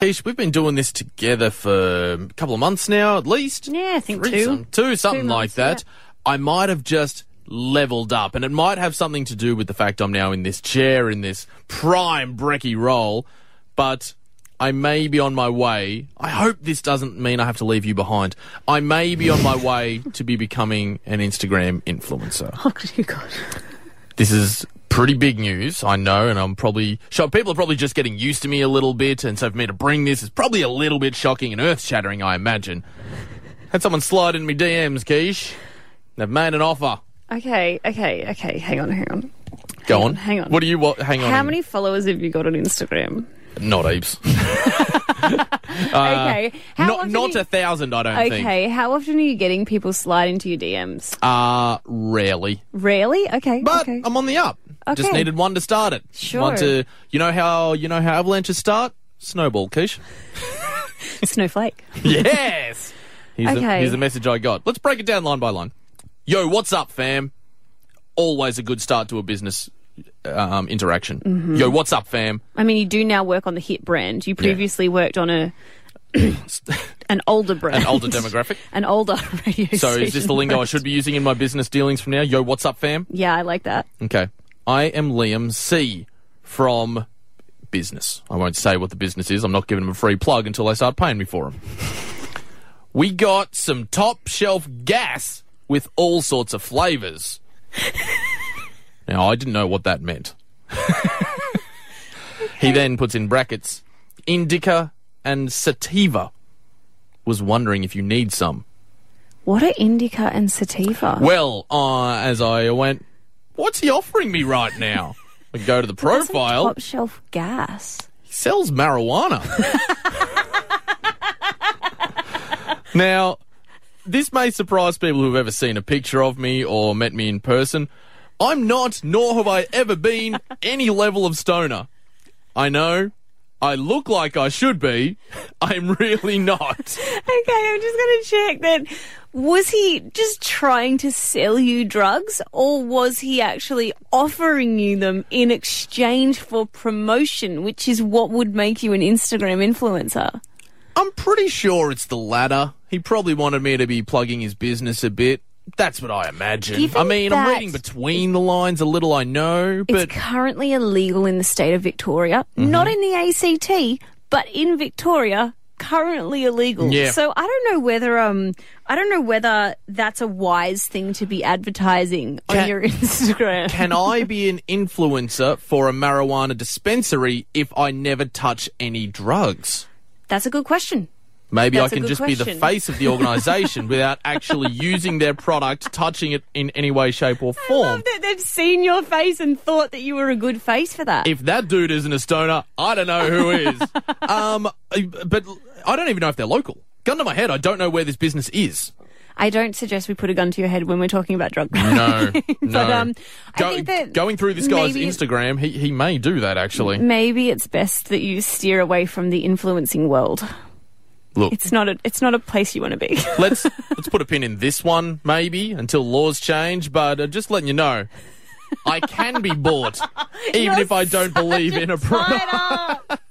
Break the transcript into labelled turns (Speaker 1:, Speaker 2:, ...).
Speaker 1: Keish, we've been doing this together for a couple of months now, at least.
Speaker 2: Yeah, I think
Speaker 1: Three,
Speaker 2: two.
Speaker 1: some- two, something
Speaker 2: Two
Speaker 1: like that.
Speaker 2: months,
Speaker 1: I might have just leveled up, and it might have something to do with the fact I'm now in this chair, in this prime brekkie role, but I may be on my way. I hope this doesn't mean I have to leave you behind. I may be on my way to be becoming an Instagram influencer.
Speaker 2: Oh, good, oh, God.
Speaker 1: this is pretty big news, I know, and I'm probably sure people are probably just getting used to me a little bit, and so for me to bring this is probably a little bit shocking and earth shattering, I imagine. Had someone slide in me DMs, Keish. They've made an offer.
Speaker 2: Okay, okay, okay. Hang on, hang on.
Speaker 1: Go
Speaker 2: Hang
Speaker 1: on,
Speaker 2: on, hang on.
Speaker 1: What do you want? Hang on.
Speaker 2: How many followers have you got on Instagram?
Speaker 1: Not heaps.
Speaker 2: okay. How
Speaker 1: Uh, not
Speaker 2: often
Speaker 1: not
Speaker 2: are
Speaker 1: a thousand, I don't
Speaker 2: you,
Speaker 1: think.
Speaker 2: Okay, how often are you getting people slide into your DMs?
Speaker 1: Uh, rarely.
Speaker 2: Really? Okay.
Speaker 1: But
Speaker 2: okay.
Speaker 1: I'm on the up. Just
Speaker 2: Okay.
Speaker 1: needed one to start it.
Speaker 2: Sure.
Speaker 1: One to, you know how, you know how avalanches start? Snowball, Keish.
Speaker 2: Snowflake.
Speaker 1: Yes. Here's, the,
Speaker 2: Okay.
Speaker 1: here's the message I got. Let's break it down line by line. Yo, what's up, fam? Always a good start to a business um, interaction. Yo, what's up, fam?
Speaker 2: I mean, you do now work on the hit brand. You previously worked on a an older brand,
Speaker 1: An older demographic.
Speaker 2: an older radio.
Speaker 1: So is this
Speaker 2: station
Speaker 1: the lingo I
Speaker 2: brand.
Speaker 1: should be using in my business dealings from now? Yo, what's up, fam?
Speaker 2: Yeah, I like that.
Speaker 1: Okay. I am Liam C from business. I won't say what the business is. I'm not giving them a free plug until they start paying me for them. we got some top shelf gas with all sorts of flavors. now, I didn't know what that meant. He then puts in brackets indica and sativa. Was wondering if you need some.
Speaker 2: What are indica and sativa?
Speaker 1: Well, uh, as I went, what's he offering me right now? I go to the
Speaker 2: Wasn't
Speaker 1: profile.
Speaker 2: top shelf gas.
Speaker 1: He sells marijuana. now, this may surprise people who've ever seen a picture of me or met me in person. I'm not, nor have I ever been, any level of stoner. I know. I look like I should be. I'm really not.
Speaker 2: Okay, I'm just going to check that. Was he just trying to sell you drugs, or was he actually offering you them in exchange for promotion, which is what would make you an Instagram influencer?
Speaker 1: I'm pretty sure it's the latter. He probably wanted me to be plugging his business a bit. That's what I imagine.
Speaker 2: Given
Speaker 1: I mean, I'm
Speaker 2: that-
Speaker 1: reading between the lines a little, I know, but Mm-hmm.
Speaker 2: it's currently illegal in the state of Victoria, not in the ACT, but in Victoria, currently illegal.
Speaker 1: Yeah.
Speaker 2: So I don't know whether um I don't know whether that's a wise thing to be advertising
Speaker 1: Can-
Speaker 2: on your Instagram.
Speaker 1: can I be an influencer for a marijuana dispensary if I never touch any drugs?
Speaker 2: that's a good question.
Speaker 1: Maybe
Speaker 2: That's
Speaker 1: I
Speaker 2: a
Speaker 1: can
Speaker 2: good
Speaker 1: just be the
Speaker 2: question.
Speaker 1: face of the organisation without actually using their product, touching it in any way, shape, or
Speaker 2: I
Speaker 1: form.
Speaker 2: love that they've seen your face and thought that you were a good face for that.
Speaker 1: if that dude isn't a stoner, I don't know who is. um, I- but I don't even know if they're local. Gun to my head, I don't know where this business is.
Speaker 2: I don't suggest we put a gun to your head when we're talking about drug
Speaker 1: No,
Speaker 2: trafficking.
Speaker 1: no.
Speaker 2: but um,
Speaker 1: Go-
Speaker 2: I think that
Speaker 1: going through this guy's
Speaker 2: maybe-
Speaker 1: Instagram, he he may do that actually.
Speaker 2: Maybe it's best that you steer away from the influencing world.
Speaker 1: Look,
Speaker 2: It's not a it's not a place you want to be.
Speaker 1: let's let's put a pin in this one maybe until laws change. But uh, just letting you know, I can be bought even
Speaker 2: You're
Speaker 1: if I don't believe in a product.
Speaker 2: Right up.